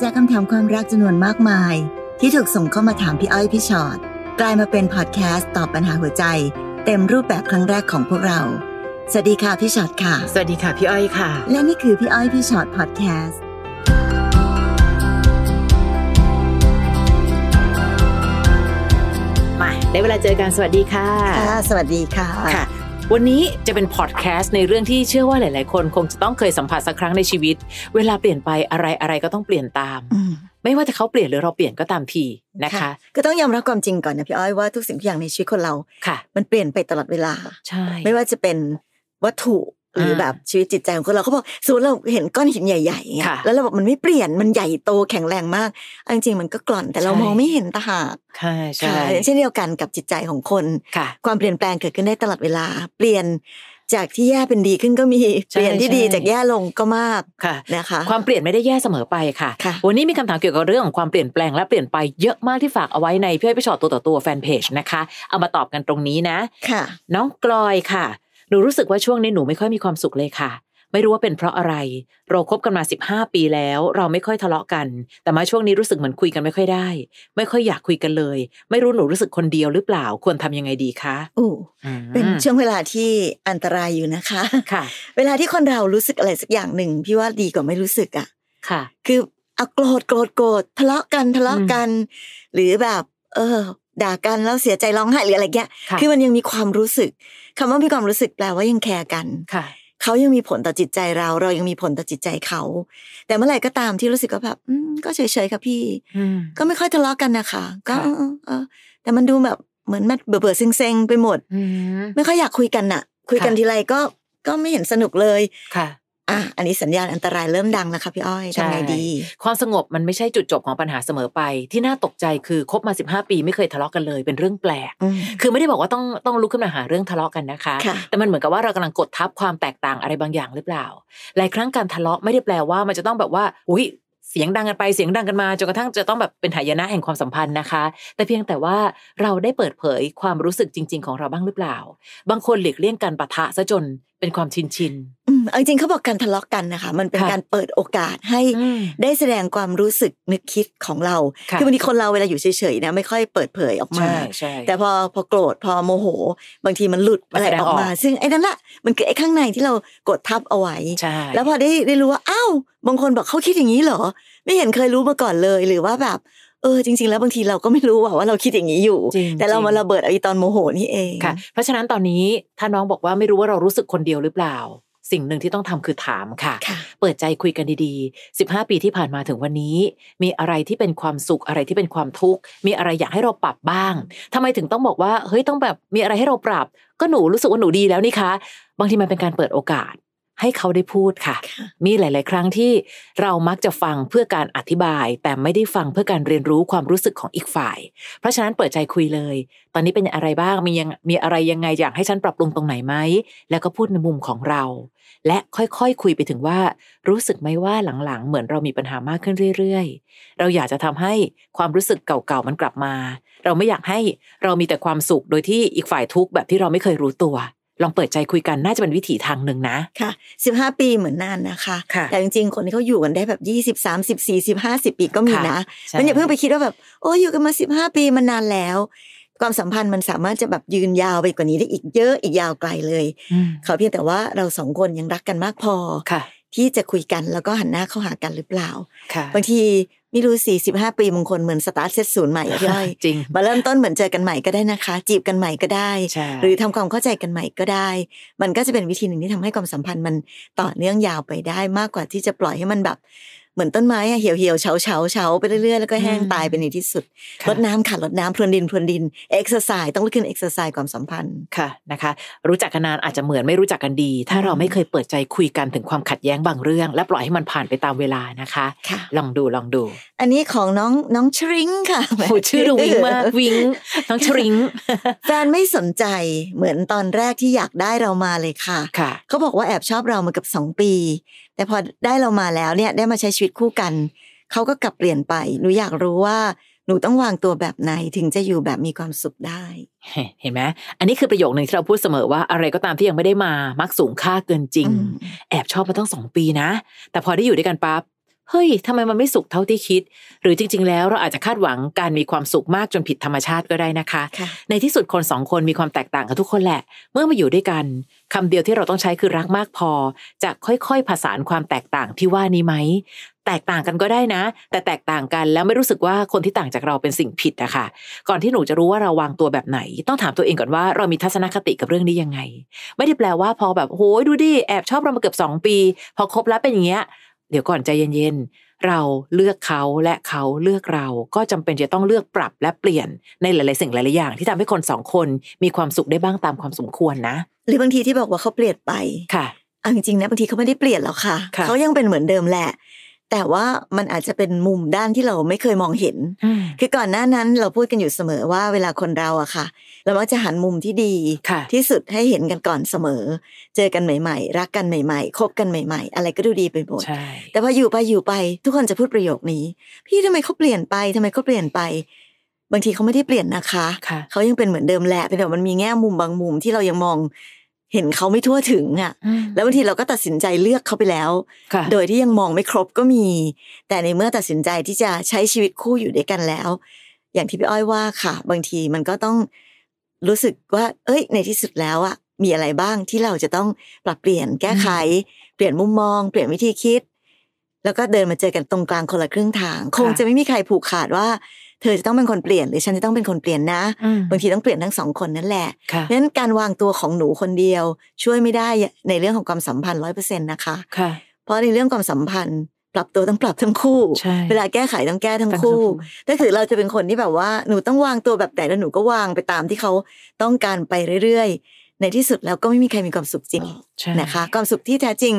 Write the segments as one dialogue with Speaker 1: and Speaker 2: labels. Speaker 1: จากคำถามความรักจำนวนมากมาย ที่ถูกส่งเข้ามาถามพี่อ้อยพี่ชอ็อตกลายมาเป็นพอดแคสต์ตอบปัญหาหัวใจ เต็มรูปแบบครั้งแรกของพวกเรา สวัสดีค่ะพี่ชอ็อตค่ะ
Speaker 2: สวัสดีค่ะพี่อ้อยค่ะ
Speaker 1: และนี่คือพี่อ้อยพี่ชอ็อตพอดแคสต์
Speaker 2: มาได้เวลาเจอกันสวัสดีค่ะ
Speaker 1: ค่ะสวัสดีค่ะ
Speaker 2: ค่ะ วันนี้จะเป็นพอดแคสต์ในเรื่องที่เชื่อว่าหลาย ๆ คนคงจะต้องเคยสัมผัสสักครั้งในชีวิต เวลาเปลี่ยนไปอะไรอะไรก็ต้องเปลี่ยนตาม
Speaker 1: อืม
Speaker 2: ไม่ว่าจะเขาเปลี่ยนหรือเราเปลี่ยนก็ตามทีนะคะ
Speaker 1: ก็ต้องยอมรับความจริงก่อนนะพี่อ้อยว่าทุกสิ่งทุกอย่างในชีวิตคนเรา
Speaker 2: ค่ะ
Speaker 1: มันเปลี่ยนไปตลอดเวลา
Speaker 2: ใช่
Speaker 1: ไม่ว่าจะเป็นวัตถุหรืออาแบบชีวิตจิตใจของคนเราเขาบอกสมมติเราเห็นก้อนหินใหญ่ๆอย่างเงี้ย
Speaker 2: ค่ะ
Speaker 1: แล้วเราบอกมันไม่เปลี่ยนมันใหญ่โตแข็งแรงมากเอาจริงๆมันก็กร่อนแต่เรา
Speaker 2: ใช่
Speaker 1: มองไม่เห็นตางหาก
Speaker 2: ค่ะใช่
Speaker 1: ค่ะอย่างเช่นเดียวกันกับจิตใจของคน
Speaker 2: ค่ะ
Speaker 1: ความเปลี่ยนแปลงเกิดขึ้นได้ตลอดเวลา เปลี่ยนจากที่แย่เป็นดีขึ้นก็มี
Speaker 2: ใช่
Speaker 1: เปลี่ยนที่ดี
Speaker 2: ใช่
Speaker 1: จากแย่ลงก็มาก
Speaker 2: ค่ะ
Speaker 1: นะคะ
Speaker 2: ความเปลี่ยนไม่ได้แย่เสมอไปค่ะ
Speaker 1: ค่ะ
Speaker 2: วันนี้มีคำถามเกี่ยวกับเรื่องของความเปลี่ยนแปลงและเปลี่ยนไปเยอะมากที่ฝากเอาไว้ในพี่อ้อยพี่ชอตตัวต่อตัวแฟนเพจนะคะ เอามาตอบกันตรงนี้นะ
Speaker 1: ค่ะ
Speaker 2: น้องกลอยค่ะ หนูรู้สึกว่าช่วงนี้หนูไม่ค่อยมีความสุขเลยค่ะ ไม่รู้ว่าเป็นเพราะอะไร เราคบกันมา 15 ปีแล้ว เราไม่ค่อยทะเลาะกัน แต่มาช่วงนี้รู้สึกเหมือนคุยกันไม่ค่อยได้ ไม่ค่อยอยากคุยกันเลย ไม่รู้หนูรู้สึกคนเดียวหรือเปล่า ควรทำยังไงดีคะ
Speaker 1: อู้เป็น
Speaker 2: อืม
Speaker 1: ช่วงเวลาที่อันตรายอยู่นะคะ
Speaker 2: ค่ะ
Speaker 1: เวลาที่คนเรารู้สึกอะไรสักอย่างหนึ่งพี่ว่าดีกว่าไม่รู้สึกอ่ะ
Speaker 2: ค่ะ
Speaker 1: คือเอาโกรธโกรธโกรธทะเลาะกันทะเลาะกัน หรือแบบ เออ ด่ากันแล้วเสียใจร้องไห้หรืออะไรเงี้ย
Speaker 2: ค่ะ
Speaker 1: คือมันยังมีความรู้สึกคำว่ามีความรู้สึกแปลว่ายังแคร์กัน
Speaker 2: ค่ะ
Speaker 1: เขายังมีผลต่อจิตใจเรา เรายังมีผลต่อจิตใจเขา แต่เมื่อไหร่ก็ตามที่รู้สึกว่าแบบอืมก็เฉยๆค่ะพี่
Speaker 2: อืม
Speaker 1: ก็ไม่ค่อยทะเลาะกันนะคะก็
Speaker 2: ค่ะ
Speaker 1: เออเออแต่มันดูแบบเหมือนมันเบื่อๆเซ็งๆไปหมด
Speaker 2: อืม
Speaker 1: ไม่ค่อยอยากคุยกันน่ะ คุยกัน
Speaker 2: ค่ะ
Speaker 1: ทีไรก็ก็ไม่เห็นสนุกเลย
Speaker 2: ค่ะ
Speaker 1: อ่ะอันนี้สัญญาณอันตรายเริ่มดังแล้วค่ะพี่อ้อยทำไงดี
Speaker 2: ความสงบมันไม่ใช่จุดจบของปัญหาเสมอไป ที่น่าตกใจคือคบมา 15 ปีไม่เคยทะเลาะกันเลย เป็นเรื่องแปลก
Speaker 1: อืม
Speaker 2: คือไม่ได้บอกว่าต้องต้องลุกขึ้นมาหาเรื่องทะเลาะกันนะคะ
Speaker 1: ค่ะ
Speaker 2: แต่มันเหมือนกับว่าเรากำลังกดทับความแตกต่างอะไรบางอย่างหรือเปล่า หลายครั้งการทะเลาะไม่ได้แปลว่ามันจะต้องแบบว่า อุ้ยเสียงดังกันไปเสียงดังกันมาจนกระทั่งจะต้องแบบเป็นหายนะแห่งความสัมพันธ์นะคะ แต่เพียงแต่ว่าเราได้เปิดเผยความรู้สึกจริง ๆ ของเราบ้างหรือเปล่า บางคนหลีกเลี่ยงการปะทะซะจนเป็นความชินชิน
Speaker 1: อืมเอาจริงๆเขาบอกการทะเลาะกันนะคะ มันเป็น
Speaker 2: ค่ะ
Speaker 1: การเปิดโอกาสให้
Speaker 2: ๆอืม
Speaker 1: ได้แสดงความรู้สึกนึกคิดของเรา
Speaker 2: ค่ะ
Speaker 1: อบางทีคนเราเวลาอยู่เฉยๆนะไม่ค่อยเปิดเผยออกมา
Speaker 2: ใช่ใช่
Speaker 1: แต่พอพอโกรธพอโมโห บางทีมันหลุด
Speaker 2: มัน
Speaker 1: อะไร
Speaker 2: แสด
Speaker 1: อ
Speaker 2: งอ
Speaker 1: อ
Speaker 2: อก ก
Speaker 1: มา ซึ่งไอ้นั่นแหละมันคือไอ้ข้างในที่เรากดทับเอาไว้
Speaker 2: ใช่
Speaker 1: แล้วพอได้ได้รู้ว่าอ้าวบางคนบอกเขาคิดอย่างนี้เหรอ ไม่เห็นเคยรู้มาก่อนเลยหรือว่าแบบเออจริง ๆ แล้วบางทีเราก็ไม่รู้ว่าว่าเราคิดอย่างนี้อยู่
Speaker 2: จริง
Speaker 1: แต่เรา
Speaker 2: จง
Speaker 1: มาระเบิดเอาอีตอนโมโหนี่เอง
Speaker 2: ค่ะเพราะฉะนั้นตอนนี้ถ้าน้องบอกว่าไม่รู้ว่าเรารู้สึกคนเดียวหรือเปล่า สิ่งหนึ่งที่ต้องทำคือถามค่ะ
Speaker 1: ค่ะ
Speaker 2: เปิดใจคุยกันดีๆ 15 ปีที่ผ่านมาถึงวันนี้ มีอะไรที่เป็นความสุขอะไรที่เป็นความทุกข์ มีอะไรอยากให้เราปรับบ้างทำไมถึงต้องบอกว่าเฮ้ยต้องแบบมีอะไรให้เราปรับ ก็หนูรู้สึกว่าหนูดีแล้วนี่คะบางทีมันเป็นการเปิดโอกาส ให้เขาได้พูดค่ะ มีหลาย ๆ ครั้งที่เรามักจะฟังเพื่อการอธิบาย แต่ไม่ได้ฟังเพื่อการเรียนรู้ความรู้สึกของอีกฝ่าย เพราะฉะนั้นเปิดใจคุยเลย ตอนนี้เป็นอะไรบ้าง มียังมีอะไรยังไงอยากให้ฉันปรับปรุงตรงไหนไหม แล้วก็พูดในมุมของเรา และค่อยๆ คุยไปถึงว่า รู้สึกไหมว่าหลังๆ เหมือนเรามีปัญหามากขึ้นเรื่อยๆ เราอยากจะทำให้ความรู้สึกเก่าๆ มันกลับมา เราไม่อยากให้เรามีแต่ความสุขโดยที่อีกฝ่ายทุกข์แบบที่เราไม่เคยรู้ตัว ลองเปิดใจคุยกันน่าจะเป็นวิถีทางหนึ่งนะ
Speaker 1: ค่ะสิบห้าปีเหมือนนานนะคะ
Speaker 2: ค่ะ
Speaker 1: แต่จริงๆ คนที่เขาอยู่กันได้แบบยี่สิบสามสิบสี่สิบห้าสิบปีก็มีนะ
Speaker 2: ใช่
Speaker 1: มันอย่าเพิ่งไปคิดว่าแบบ โอ้ยอยู่กันมาสิบห้าปีมันนานแล้ว ความสัมพันธ์มันสามารถจะแบบยืนยาวไปกว่านี้ได้อีกเยอะอีกยาวไกลเลย
Speaker 2: อืม
Speaker 1: เขาเพียงแต่ว่าเราสองคนยังรักกันมากพอ
Speaker 2: ค่ะ
Speaker 1: ที่จะคุยกันแล้วก็หันหน้าเข้าหากันหรือเปล่า
Speaker 2: ค่ะ
Speaker 1: บางทีไม่รู้สี่สิบห้าปีบางคนเหมือนสตาร์ทเซตศูนย์ใหม่ อะพี่อ้อย
Speaker 2: จริง
Speaker 1: มาเริ่มต้นเหมือนเจอกันใหม่ก็ได้นะคะ จีบกันใหม่ก็ได้
Speaker 2: ใช่
Speaker 1: หรือทำความเข้าใจกันใหม่ก็ได้ มันก็จะเป็นวิธีหนึ่งที่ทำให้ความสัมพันธ์มันต่อเนื่องยาวไปได้มากกว่าที่จะปล่อยให้มันแบบ เหมือนต้นไม้อะเหี่ยวเหี่ยวๆเฉาเฉาเฉาไปเรื่อยๆ แล้วก็แห้งตายไปในที่สุด
Speaker 2: ค่ะ
Speaker 1: รดน้ำค่ะรดน้ำพรวนดินพรวนดินเอ็กซ์ไซส์ต้องลุกขึ้นเอ็กซ์ไซส์ความสัมพันธ์
Speaker 2: ค่ะนะคะ รู้จักกันนานอาจจะเหมือนไม่รู้จักกันดี ถ้า
Speaker 1: อืม
Speaker 2: เราไม่เคยเปิดใจคุยกันถึงความขัดแย้งบางเรื่อง และปล่อยให้มันผ่านไปตามเวลานะคะ
Speaker 1: ค่ะ
Speaker 2: ลองดูลองดู
Speaker 1: อันนี้ของน้องน้องชริงค่ะ
Speaker 2: โอ้โหชื่อดูวิง มากวิงน้องชริง
Speaker 1: แฟนไม่สนใจเหมือนตอนแรกที่อยากได้เรามาเลยค่ะ
Speaker 2: ค่ะ
Speaker 1: เขาบอกว่าแอบชอบเรามาเกับสองปี แต่พอได้เรามาแล้วเนี่ยได้มาใช้ชีวิตคู่กัน เขาก็กลับเปลี่ยนไป หนูอยากรู้ว่าหนูต้องวางตัวแบบไหนถึงจะอยู่แบบมีความสุขได้
Speaker 2: เห็นไหมอันนี้คือประโยคหนึ่งที่เราพูดเสมอว่าอะไรก็ตามที่ยังไม่ได้มามักสูงค่าเกินจริง
Speaker 1: อืม
Speaker 2: แอบชอบมาตั้งสองปีนะ แต่พอได้อยู่ด้วยกันปั๊บ เฮ้ยทำไมมันไม่สุขเท่าที่คิด หรือจริง ๆ แล้วเราอาจจะคาดหวังการมีความสุขมากจนผิดธรรมชาติก็ได้นะคะ
Speaker 1: ค่ะ
Speaker 2: ในที่สุดคนสองคนมีความแตกต่างกันทุกคนแหละ เมื่อมาอยู่ด้วยกันคำเดียวที่เราต้องใช้คือรักมากพอ จะค่อยๆผสานความแตกต่างที่ว่านี้ไหม แตกต่างกันก็ได้นะ แต่แตกต่างกันแล้วไม่รู้สึกว่าคนที่ต่างจากเราเป็นสิ่งผิดอะค่ะ ก่อนที่หนูจะรู้ว่าเราวางตัวแบบไหน ต้องถามตัวเองก่อนว่าเรามีทัศนคติกับเรื่องนี้ยังไง ไม่ได้แปลว่าพอแบบโหยดูดิแอบชอบเรามาเกือบสองปี พอคบแล้วเป็นอย่างเงี้ย เดี๋ยวก่อนใจเย็นๆ เราเลือกเขาและเขาเลือกเรา ก็จำเป็นจะต้องเลือกปรับและเปลี่ยนในหลายๆสิ่งหลายๆอย่าง ที่ทำให้คนสองคนมีความสุขได้บ้างตามความสมควรนะ
Speaker 1: หรือบางทีที่บอกว่าเขาเปลี่ยนไป
Speaker 2: ค่ะ
Speaker 1: เอาจริงๆนะบางทีเขาไม่ได้เปลี่ยนหรอกค่ะ
Speaker 2: ค่ะ
Speaker 1: เขายังเป็นเหมือนเดิมแหละ แต่ว่ามันอาจจะเป็นมุมด้านที่เราไม่เคยมองเห็น คือก่อนหน้านั้นเราพูดกันอยู่เสมอว่าเวลาคนเราอะค่ะ เรามักจะหันมุมที่ดี
Speaker 2: ค่ะ
Speaker 1: ที่สุดให้เห็นกันก่อนเสมอ เจอกันใหม่ ๆ รักกันใหม่ ๆ คบกันใหม่ ๆ อะไรก็ดูดีไปหมด
Speaker 2: ใช่
Speaker 1: แต่พออยู่ไปอยู่ไป ทุกคนจะพูดประโยคนี้ พี่ทำไมเขาเปลี่ยนไปทำไมเขาเปลี่ยนไป บางทีเขาไม่ได้เปลี่ยนนะคะ
Speaker 2: ค่ะ
Speaker 1: เขายังเป็นเหมือนเดิมแหละเป็นแบบมันมีแง่มุมบางมุมที่เรายังมอง เห็นเขาไม่ทั่วถึงอะแล้วบางทีเราก็ตัดสินใจเลือกเขาไปแล้ว
Speaker 2: ค่ะ
Speaker 1: โดยที่ยังมองไม่ครบก็มี แต่ในเมื่อตัดสินใจที่จะใช้ชีวิตคู่อยู่ด้วยกันแล้ว อย่างที่พี่อ้อยว่าค่ะ บางทีมันก็ต้องรู้สึกว่า เอ้ย ในที่สุดแล้วอะมีอะไรบ้างที่เราจะต้องปรับเปลี่ยนแก้ไข เปลี่ยนมุมมอง เปลี่ยนวิธีคิด แล้วก็เดินมาเจอกันตรงกลางคนละครึ่งทาง คงจะไม่มีใครผูกขาดว่า เธอจะต้องเป็นคนเปลี่ยนหรือฉันจะต้องเป็นคนเปลี่ยนนะ
Speaker 2: อืม
Speaker 1: บางทีต้องเปลี่ยนทั้งสองคนนั่นแหละ
Speaker 2: ค่ะ
Speaker 1: เพราะฉะนั้นการวางตัวของหนูคนเดียว ช่วยไม่ได้ในเรื่องของความสัมพันธ์ร้อยเปอร์เซ็นต์นะคะ
Speaker 2: ค่ะ
Speaker 1: เพราะในเรื่องความสัมพันธ์ ปรับตัวต้องปรับทั้งคู่
Speaker 2: ใช่
Speaker 1: เวลาแก้ไขต้องแก้ทั้ง
Speaker 2: ทั้ง
Speaker 1: คู่
Speaker 2: คู่
Speaker 1: ถ้าคือเราจะเป็นคนที่แบบว่าหนูต้องวางตัวแบบไหนแล้วหนูก็วางไปตามที่เขาต้องการไปเรื่อยๆ ในที่สุดแล้วก็ไม่มีใครมีความสุขจริง
Speaker 2: ใช่
Speaker 1: นะคะ ความสุขที่แท้จริง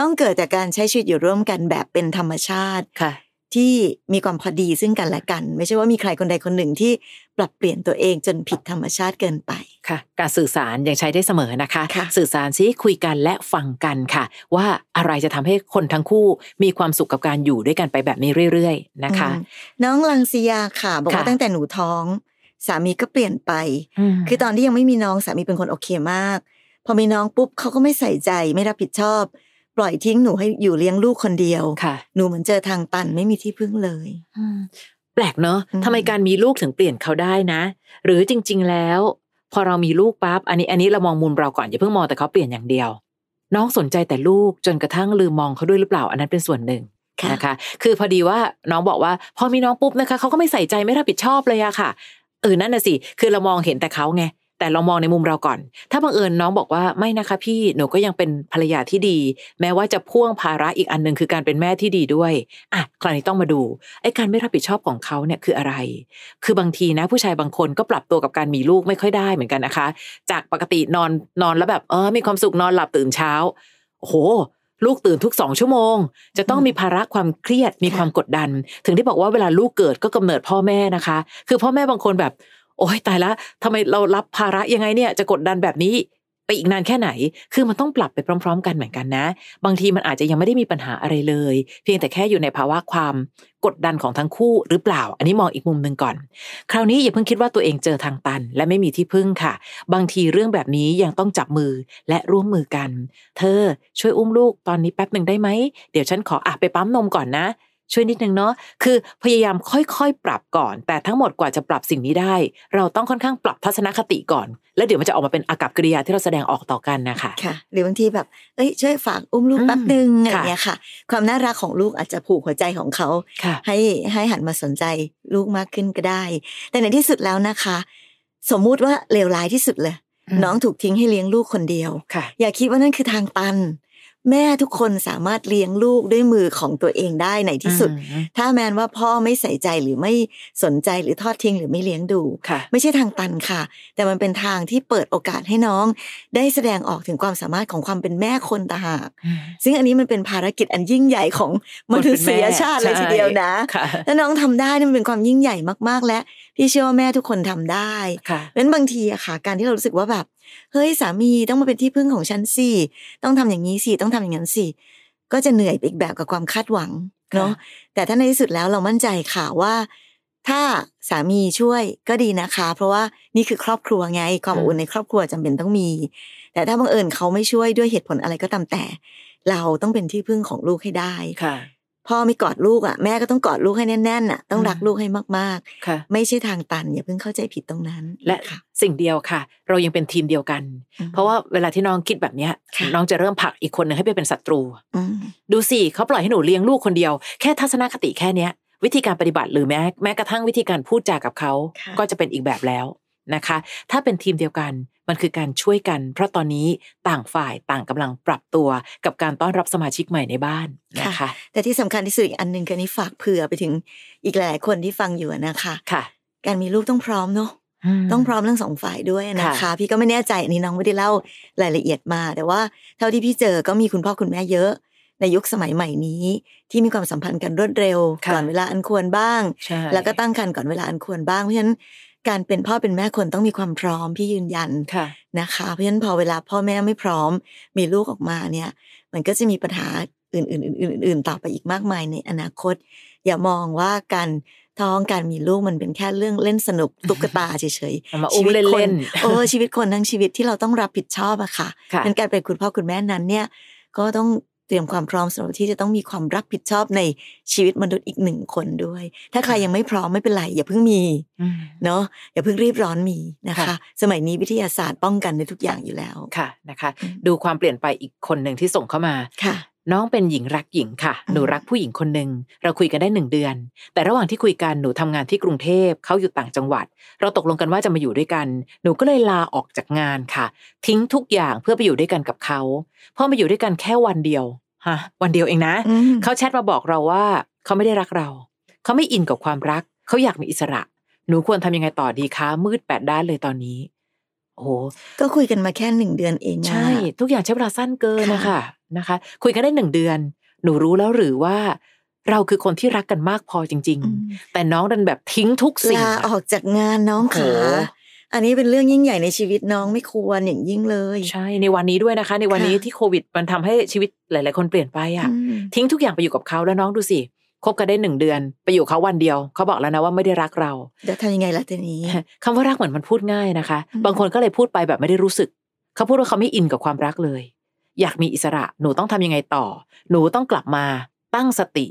Speaker 1: ต้องเกิดจากการใช้ชีวิตอยู่ร่วมกันแบบเป็นธรรมชาติ
Speaker 2: ค่ะ
Speaker 1: ที่มีความพอดีซึ่งกันและกัน ไม่ใช่ว่ามีใครคนใดคนหนึ่งที่ปรับเปลี่ยนตัวเองจนผิดธรรมชาติเกินไป
Speaker 2: ค่ะการสื่อสารยังใช้ได้เสมอนะคะ
Speaker 1: ค่ะ
Speaker 2: สื่อสารซิคุยกันและฟังกันค่ะ ว่าอะไรจะทำให้คนทั้งคู่มีความสุขกับการอยู่ด้วยกันไปแบบนี้เรื่อย ๆ นะคะ
Speaker 1: อืมน้องลังสิยาค่ะ บอกว่า
Speaker 2: ค่ะ
Speaker 1: ตั้งแต่หนูท้อง สามีก็เปลี่ยนไป คือตอนที่ยังไม่มีน้องสามีเป็นคนโอเคมาก พอมีน้องปุ๊บเขาก็ไม่ใส่ใจไม่รับผิดชอบ ปล่อยทิ้งหนูให้อยู่เลี้ยงลูกคนเดียว
Speaker 2: ค่ะ
Speaker 1: หนูเหมือนเจอทางตันไม่มีที่พึ่งเลย
Speaker 2: แปลกเนอะ
Speaker 1: อืม
Speaker 2: ทำไมการมีลูกถึงเปลี่ยนเขาได้นะ หรือจริง ๆ แล้ว พอเรามีลูกปั๊บอันนี้อันนี้เรามองมุมเราก่อนอย่าเพิ่งมองแต่เขาเปลี่ยนอย่างเดียว น้องสนใจแต่ลูกจนกระทั่งลืมมองเขาด้วยหรือเปล่า อันนั้นเป็นส่วนหนึ่ง นะคะ คือพอดีว่าน้องบอกว่า พอมีน้องปุ๊บนะคะเขาก็ไม่ใส่ใจไม่รับผิดชอบเลยอะค่ะเออนั่นน่ะสิ คือเรามองเห็นแต่เขาไง แต่เรามองในมุมเราก่อน ถ้าบังเอิญน้องบอกว่าไม่นะคะพี่ หนูก็ยังเป็นภรรยาที่ดี แม้ว่าจะพ่วงภาระอีกอันหนึ่งคือการเป็นแม่ที่ดีด้วย อ่ะ คราวนี้ต้องมาดู ไอ้การไม่รับผิดชอบของเขาเนี่ยคืออะไร คือบางทีนะผู้ชายบางคนก็ปรับตัวกับการมีลูกไม่ค่อยได้เหมือนกันนะคะ จากปกตินอนนอนแล้วแบบเออมีความสุขนอนหลับตื่นเช้า โอ้โห ลูกตื่นทุกสองชั่วโมง จะต้องมีภาระความเครียดมีความกดดัน ถึงได้บอกว่าเวลาลูกเกิดก็กำเนิดพ่อแม่นะคะ คือพ่อแม่บางคนแบบ โอ๊ยตายละทำไมเรารับภาระยังไงเนี่ยจะกดดันแบบนี้ ไปอีกนานแค่ไหน คือมันต้องปรับไปพร้อม ๆ กันเหมือนกันนะ บางทีมันอาจจะยังไม่ได้มีปัญหาอะไรเลย เพียงแต่แค่อยู่ในภาวะความกดดันของทั้งคู่หรือเปล่า อันนี้มองอีกมุมหนึ่งก่อน คราวนี้อย่าเพิ่งคิดว่าตัวเองเจอทางตัน และไม่มีที่พึ่งค่ะ บางทีเรื่องแบบนี้ยังต้องจับมือและร่วมมือกัน เธอช่วยอุ้มลูกตอนนี้แป๊บหนึ่งได้ไหม เดี๋ยวฉันขออ่ะไปปั๊มนมก่อนนะ ช่วยนิดนึงเนาะคือพยายามค่อยๆ ปรับก่อน แต่ทั้งหมดกว่าจะปรับสิ่งนี้ได้ เราต้องค่อนข้างปรับทัศนคติก่อน แล้วเดี๋ยวมันจะออกมาเป็นอากับกิริยาที่เราแสดงออกต่อกันนะคะ
Speaker 1: ค่ะ หรือบางทีแบบ เอ้ยช่วยฝากอุ้มลูก
Speaker 2: อืม
Speaker 1: แป๊บนึงอะไร
Speaker 2: ค่ะ
Speaker 1: เงี้ยค่ะ ความน่ารักของลูกอาจจะผูกหัวใจของเขา
Speaker 2: ค่ะ
Speaker 1: ให้ให้หันมาสนใจลูกมากขึ้นก็ได้ แต่ในที่สุดแล้วนะคะ สมมุติว่าเลวร้ายที่สุดเลย
Speaker 2: อืม
Speaker 1: น้องถูกทิ้งให้เลี้ยงลูกคนเดียว
Speaker 2: ค่ะ
Speaker 1: อย่าคิดว่านั่นคือทางตัน แม่ทุกคนสามารถเลี้ยงลูกด้วยมือของตัวเองได้ในที่สุด
Speaker 2: อืม
Speaker 1: ถ้าแมนว่าพ่อไม่ใส่ใจหรือไม่สนใจหรือทอดทิ้งหรือไม่เลี้ยงดู
Speaker 2: ค่ะ
Speaker 1: ไม่ใช่ทางตันค่ะ แต่มันเป็นทางที่เปิดโอกาสให้น้อง ได้แสดงออกถึงความสามารถของความเป็นแม่คนต่างหากซึ่งอันนี้มันเป็นภารกิจอันยิ่งใหญ่ของมนุษยชาติเลยทีเดียวนะ
Speaker 2: ค่ะ
Speaker 1: ถ้าน้องทำได้นี่มันเป็นความยิ่งใหญ่มากๆ และพี่เชื่อว่าแม่ทุกคนทำได้
Speaker 2: ค่ะ
Speaker 1: เพราะฉะนั้นบางทีอะค่ะ การที่เรารู้สึกว่าแบบ เฮ้ยสามีต้องมาเป็นที่พึ่งของฉันสิต้องทำอย่างนี้สิต้องทำอย่างนั้นสิก็จะเหนื่อยไปอีกแบบกับความคาดหวังเนาะแต่ถ้าในที่สุดแล้วเรามั่นใจค่ะว่า ถ้าสามีช่วยก็ดีนะคะ เพราะว่านี่คือครอบครัวไงความ
Speaker 2: อื
Speaker 1: อ
Speaker 2: ม
Speaker 1: บอุ่นในครอบครัวจำเป็นต้องมี แต่ถ้าบังเอิญเขาไม่ช่วยด้วยเหตุผลอะไรก็ตามแต่ เราต้องเป็นที่พึ่งของลูกให้ได้
Speaker 2: ค่ะ
Speaker 1: พ่อไม่กอดลูกอ่ะแม่ก็ต้องกอดลูกให้แน่นๆอ่ะต้องรักลูกให้มาก
Speaker 2: ค่ะ
Speaker 1: ๆ ไม่ใช่ทางตันอย่าเพิ่งเข้าใจผิดตรงนั้น
Speaker 2: และ
Speaker 1: ค่
Speaker 2: สิ่งเดียวค่ะ เรายังเป็นทีมเดียวกัน เพราะว่าเวลาที่น้องคิดแบบเนี้ย
Speaker 1: ค่ะ
Speaker 2: น้องจะเริ่มผลักอีกคนหนึ่งให้ไปเป็นศัตรู
Speaker 1: อืม
Speaker 2: ดูสิเขาปล่อยให้หนูเลี้ยงลูกคนเดียว แค่ทัศนคติแค่เนี้ย วิธีการปฏิบัติหรือแม้แม้กระทั่งวิธีการพูดจากับเขา
Speaker 1: ค่ะ
Speaker 2: ก็จะเป็นอีกแบบแล้วนะคะ ถ้าเป็นทีมเดียวกันมันคือการช่วยกัน เพราะตอนนี้ต่างฝ่ายต่างกำลังปรับตัวกับการต้อนรับสมาชิกใหม่ในบ้านนะคะ
Speaker 1: แต่ที่สำคัญที่สุดอีกอันหนึ่งคืออนนี้ฝากเผื่อไปถึงอีกหลายๆคนที่ฟังอยู่อะนะคะ
Speaker 2: ค่ะ
Speaker 1: การมีลูกต้องพร้อมเนาะ
Speaker 2: ม
Speaker 1: ต้องพร้อมเรื่องสองฝ่ายด้วยนะ
Speaker 2: ค่ะ
Speaker 1: คะ พี่ก็ไม่แน่ใจอันนี้น้องไม่ได้เล่ารายละเอียดมา แต่ว่าเท่าที่พี่เจอก็มีคุณพ่อคุณแม่เยอะ ในยุคสมัยใหม่นี้ ที่มีความสัมพันธ์กันรวดเร็ว
Speaker 2: ค่ะ
Speaker 1: ก่อนเวลาอันควรบ้าง
Speaker 2: ใช่
Speaker 1: แล้วก็ตั้งครรภ์ก่อนเวลาอันควรบ้างเพราะฉะนั้นการเป็นพ่อเป็นแม่คนต้องมีความพร้อมพี่ยืนยัน
Speaker 2: ค่ะ
Speaker 1: นะคะเพราะฉะนั้นพอเวลาพ่อแม่ไม่พร้อม มีลูกออกมาเนี่ย มันก็จะมีปัญหาอื่นๆอื่นๆอื่นๆต่อไปอีกมากมายในอนาคต อย่ามองว่าการท้องการมีลูกมันเป็นแค่เรื่องเล่นสนุกตุ๊กตาเฉย
Speaker 2: เอามา
Speaker 1: ๆ
Speaker 2: อุ้
Speaker 1: ชี
Speaker 2: ม
Speaker 1: วิตค
Speaker 2: เล่
Speaker 1: น
Speaker 2: น
Speaker 1: โอ้ชีวิตคนทั้งชีวิตที่เราต้องรับผิดชอบอะค่ะ
Speaker 2: ๆค่ะ
Speaker 1: เป็นการเป็นคุณพ่อคุณแม่นั้นเนี่ย ก็ต้องเตรียมความพร้อมสำหรับที่จะต้องมีความรับผิดชอบในชีวิตมนุษย์อีกหนึ่งคนด้วย ถ้าใคร
Speaker 2: ค่ะ
Speaker 1: ยังไม่พร้อมไม่เป็นไรอย่าเพิ่งมี
Speaker 2: อืม
Speaker 1: เนาะอย่าเพิ่งรีบร้อนมีนะคะ
Speaker 2: ค่ะ
Speaker 1: สมัยนี้วิทยาศาสตร์ป้องกันในทุกอย่างอยู่แล้ว
Speaker 2: ค่ะนะคะ
Speaker 1: อืม
Speaker 2: ดูความเปลี่ยนไปอีกคนหนึ่งที่ส่งเข้ามา
Speaker 1: ค่ะ
Speaker 2: น้องเป็นหญิงรักหญิงค่ะ
Speaker 1: อืม
Speaker 2: หนูรักผู้หญิงคนหนึ่ง เราคุยกันได้หนึ่งเดือน แต่ระหว่างที่คุยกันหนูทำงานที่กรุงเทพเขาอยู่ต่างจังหวัด เราตกลงกันว่าจะมาอยู่ด้วยกัน หนูก็เลยลาออกจากงานค่ะ ทิ้งทุกอย่างเพื่อไปอยู่ด้วยกันกับเขาพอมาอยู่ด้วยกันแค่วันเดียวฮะวันเดียวเองนะ
Speaker 1: อืม
Speaker 2: เขาแชทมาบอกเราว่าเขาไม่ได้รักเรา เขาไม่อินกับความรัก เขาอยากมีอิสระ หนูควรทำยังไงต่อดีคะมืดแปดด้านเลยตอนนี้โอ้โห
Speaker 1: ก็คุยกันมาแค่หนึ่งเดือนเองอะ
Speaker 2: ใช่ทุกอย่างใช้เวลาสั้นเกิน
Speaker 1: ค่ะ
Speaker 2: นะคะนะคะ คุยกันได้หนึ่งเดือน หนูรู้แล้วหรือว่า เราคือคนที่รักกันมากพอจริง
Speaker 1: อืม
Speaker 2: ๆ แต่น้องดันแบบทิ้งทุกสิ่ง
Speaker 1: ลา
Speaker 2: อะ
Speaker 1: ออกจากงานน้อง
Speaker 2: โอ้
Speaker 1: ขา
Speaker 2: โห
Speaker 1: อันนี้เป็นเรื่องยิ่งใหญ่ในชีวิตน้องไม่ควรอย่างยิ่งเลย
Speaker 2: ใช่ในวันนี้ด้วยนะคะ ในวันนี้
Speaker 1: ค่ะ
Speaker 2: ที่โควิดมันทำให้ชีวิตหลาย ๆ คนเปลี่ยนไปอ่ะ
Speaker 1: อืม
Speaker 2: ทิ้งทุกอย่างไปอยู่กับเขาแล้วน้องดูสิคบกันได้หนึ่งเดือน ไปอยู่เขาวันเดียว เขาบอกแล้วนะว่าไม่ได้รักเรา
Speaker 1: จะทำยังไงล่ะทีนี้
Speaker 2: คำว่ารักเหมือนมันพูดง่ายนะคะ
Speaker 1: อืม
Speaker 2: บางคนก็เลยพูดไปแบบไม่ได้รู้สึก เขาพูดว่าเขาไม่อินกับความรักเลย อยากมีอิสระ หนูต้องทำยังไงต่อ หนูต้องกลับมาตั้งสติ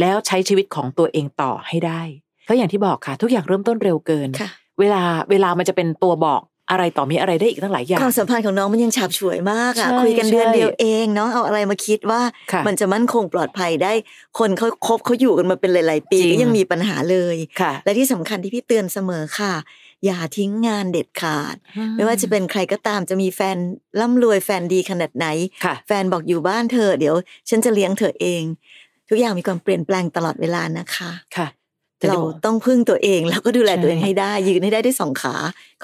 Speaker 2: แล้วใช้ชีวิตของตัวเองต่อให้ได้ก็อย่างที่บอกค่ะ ทุกอย่างเริ่มต้นเร็วเกิน
Speaker 1: ค่ะ
Speaker 2: เวลาเวลามันจะเป็นตัวบอกอะไรต่อมีอะไรได้อีกตั้งหลายอย่าง
Speaker 1: ความสัมพันธ์ของน้องมันยังฉาบฉวยมากอ่ะ
Speaker 2: ใช่
Speaker 1: คุยกันเดือน
Speaker 2: ใช่
Speaker 1: เดียวเองน้องเอาอะไรมาคิดว่า
Speaker 2: ค่ะ
Speaker 1: มันจะมั่นคงปลอดภัยได้ คนเขาคบเขาอยู่กันมาเป็นหลาย ๆ ปี
Speaker 2: จริง
Speaker 1: ก็ยังมีปัญหาเลย
Speaker 2: ค่ะ
Speaker 1: และที่สำคัญที่พี่เตือนเสมอค่ะ อย่าทิ้งงานเด็ดขาด ไม่ว่าจะเป็นใครก็ตามจะมีแฟนร่ำรวยแฟนดีขนาดไหน
Speaker 2: ค่ะ
Speaker 1: แฟนบอกอยู่บ้านเธอเดี๋ยว ฉันจะเลี้ยงเธอเอง ทุกอย่างมีความเปลี่ยนแปลงตลอดเวลานะคะ
Speaker 2: ค่ะถึง
Speaker 1: เรา
Speaker 2: จะบอก
Speaker 1: ต้องพึ่งตัวเองแล้วก็ดูแล
Speaker 2: ใช่
Speaker 1: ตัวเองให้ได้ยืนให้ได้ด้วยสองขา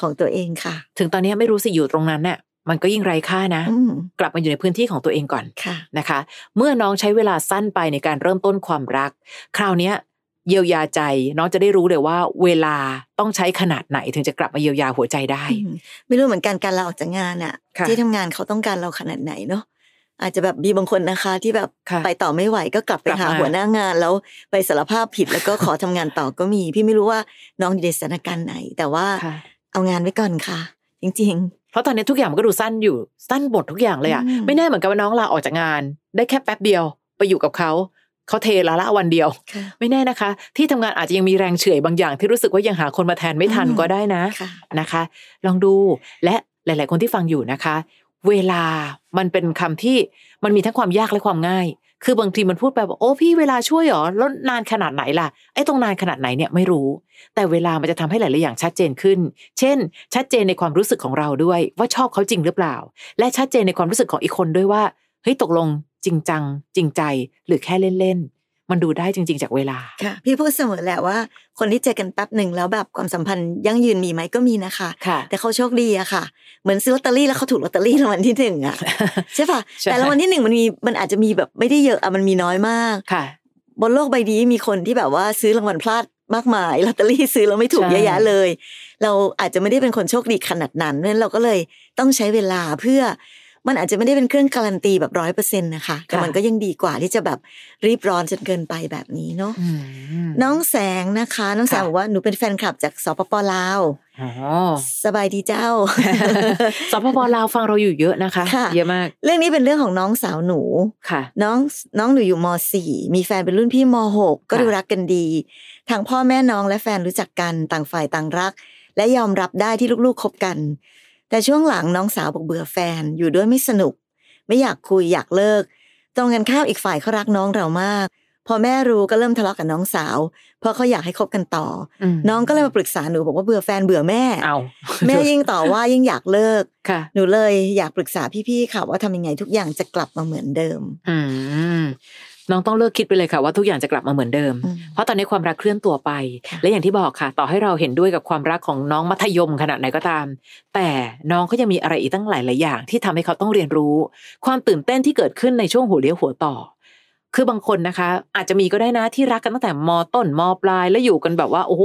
Speaker 1: ของตัวเองค่ะ
Speaker 2: ถึงตอนนี้ไม่รู้สิอยู่ตรงนั้นน่ะมันก็ยิ่งไร้ค่านะ
Speaker 1: อืม
Speaker 2: กลับมาอยู่ในพื้นที่ของตัวเองก่อน
Speaker 1: ค่ะ
Speaker 2: นะคะเมื่อน้องใช้เวลาสั้นไปในการเริ่มต้นความรัก คราวเนี้ยเยียวยาใจน้องจะได้รู้เลยว่า เวลาต้องใช้ขนาดไหนถึงจะกลับมาเยียวยาหัวใจได้
Speaker 1: อืมไม่รู้เหมือนกันการลาออกจากงานอะ
Speaker 2: ค่ะ
Speaker 1: ที่ทำงานเขาต้องการเราขนาดไหนเนาะอาจจะแบบมีบางคนนะคะ ที่แบบ
Speaker 2: ค่ะ
Speaker 1: ไปต่อไม่ไหวก็กลับไป
Speaker 2: กลับ
Speaker 1: หา
Speaker 2: มา
Speaker 1: หัวหน้างานแล้วไปสารภาพผิดแล้วก็ขอทำงานต่อก็มี พี่ไม่รู้ว่าน้องอยู่ในสถานการณ์ไหน แต่ว่า
Speaker 2: ค่ะ
Speaker 1: เอางานไว้ก่อนค่ะ จริง
Speaker 2: เพราะตอนนี้ทุกอย่างมันก็ดูสั้นอยู่สั้นหมดทุกอย่างเลยอ่ะ
Speaker 1: อืม
Speaker 2: ไม่แน่เหมือนกันว่าน้องลาออกจากงาน ได้แค่แป๊บเดียว ไปอยู่กับเขาเขาเทละละวันเดียว
Speaker 1: ๆ ค่ะ
Speaker 2: ไม่แน่นะคะ ที่ทำงานอาจจะยังมีแรงเฉื่อยบางอย่าง ที่รู้สึกว่ายังหาคนมาแทนไม่ทัน
Speaker 1: อืม
Speaker 2: ก็ได้นะ
Speaker 1: ค่ะ
Speaker 2: นะคะลองดูและหลาย ๆ คนที่ฟังอยู่นะคะ เวลามันเป็นคำที่มันมีทั้งความยากและความง่าย คือบางทีมันพูดไปว่าโอ้พี่เวลาช่วยเหรอแล้วนานขนาดไหนล่ะไอ้ตรงนานขนาดไหนเนี่ยไม่รู้ แต่เวลามันจะทำให้หลาย ๆ อย่างชัดเจนขึ้น เช่น ชัดเจนในความรู้สึกของเราด้วย ว่าชอบเขาจริงหรือเปล่า และชัดเจนในความรู้สึกของอีกคนด้วยว่าเฮ้ยตกลงจริงจัง จริงใจหรือแค่เล่น ๆ มันดูได้จริง ๆ จากเวลา
Speaker 1: ค่ะ พี่พูดเสมอแหละว่า คนที่เจอกันแป๊บหนึ่งแล้วแบบความสัมพันธ์ยั่งยืนมีไหมก็มีนะคะ
Speaker 2: ค่ะ
Speaker 1: แต่เขาโชคดีอะค่ะ เหมือนซื้อลอตเตอรี่แล้วเขาถูกลอตเตอรี่รางวัลที่หนึ่งอะใช่ปะ
Speaker 2: ใช่
Speaker 1: แต่รางวัลที่หนึ่งมันมีมันอาจจะมีแบบไม่ได้เยอะอะมันมีน้อยมาก
Speaker 2: ค่ะ
Speaker 1: บนโลกใบนี้มีคนที่แบบว่าซื้อรางวัลพลาดมากมายลอตเตอรี่ซื้อแล้วไม่ถูกเย
Speaker 2: ใช่
Speaker 1: อะแยะเลย เราอาจจะไม่ได้เป็นคนโชคดีขนาดนั้นเพราะฉะนั้นเราก็เลยต้องใช้เวลาเพื่อ มันอาจจะไม่ได้เป็นเครื่องการันตีแบบร้อยเปอร์เซ็นต์นะคะแต่มันก็ยังดีกว่าที่จะแบบรีบร้อนจนเกินไปแบบนี้เนาะ
Speaker 2: อืม
Speaker 1: น้องแสงนะคะ น้องแสง
Speaker 2: ค่ะ
Speaker 1: บอกว่าหนูเป็นแฟนคลับจากสปปลาว
Speaker 2: อ๋อ
Speaker 1: สบายดีเจ้า
Speaker 2: สปปลาวฟังเราอยู่เยอะนะคะ
Speaker 1: ค่ะ
Speaker 2: เยอะมาก
Speaker 1: เรื่องนี้เป็นเรื่องของน้องสาวหนู
Speaker 2: ค่ะ
Speaker 1: น้องน้องหนูอยู่ม .4 มีแฟนเป็นรุ่นพี่ม .6 ก็
Speaker 2: ค่ะ
Speaker 1: ดูรักกันดีทางพ่อแม่น้องและแฟนรู้จักกันต่างฝ่ายต่างรัก และยอมรับได้ที่ลูกๆคบกัน แต่ช่วงหลังน้องสาวบอกเบื่อแฟนอยู่ด้วยไม่สนุก ไม่อยากคุยอยากเลิก ตรงกันข้ามอีกฝ่ายเขารักน้องเรามาก พอแม่รู้ก็เริ่มทะเลาะกับน้องสาว เพราะเขาอยากให้คบกันต่อ
Speaker 2: ม
Speaker 1: น้องก็เลยมาปรึกษาหนูบอกว่าเบื่อแฟนเบื่อแม่
Speaker 2: เอา
Speaker 1: แม่ยิ่งต่อว่ายิ่งอยากเลิก
Speaker 2: ค่ะ
Speaker 1: หนูเลยอยากปรึกษาพี่ๆค่ะว่าทำยังไงทุกอย่างจะกลับมาเหมือนเดิม
Speaker 2: อืมน้องต้องเลิกคิดไปเลยค่ะว่าทุกอย่างจะกลับมาเหมือนเดิม
Speaker 1: อืม
Speaker 2: เพราะตอนนี้ความรักเคลื่อนตัวไป
Speaker 1: ค่ะ
Speaker 2: และอย่างที่บอกค่ะ ต่อให้เราเห็นด้วยกับความรักของน้องมัธยมขนาดไหนก็ตาม แต่น้องเขายังมีอะไรอีกตั้งหลายหลายๆอย่างที่ทำให้เขาต้องเรียนรู้ ความตื่นเต้นที่เกิดขึ้นในช่วงหัวเลี้ยวหัวต่อ คือบางคนนะคะ อาจจะมีก็ได้นะที่รักกันตั้งแต่มต้นมปลาย แล้วอยู่กันแบบว่า โอ้โห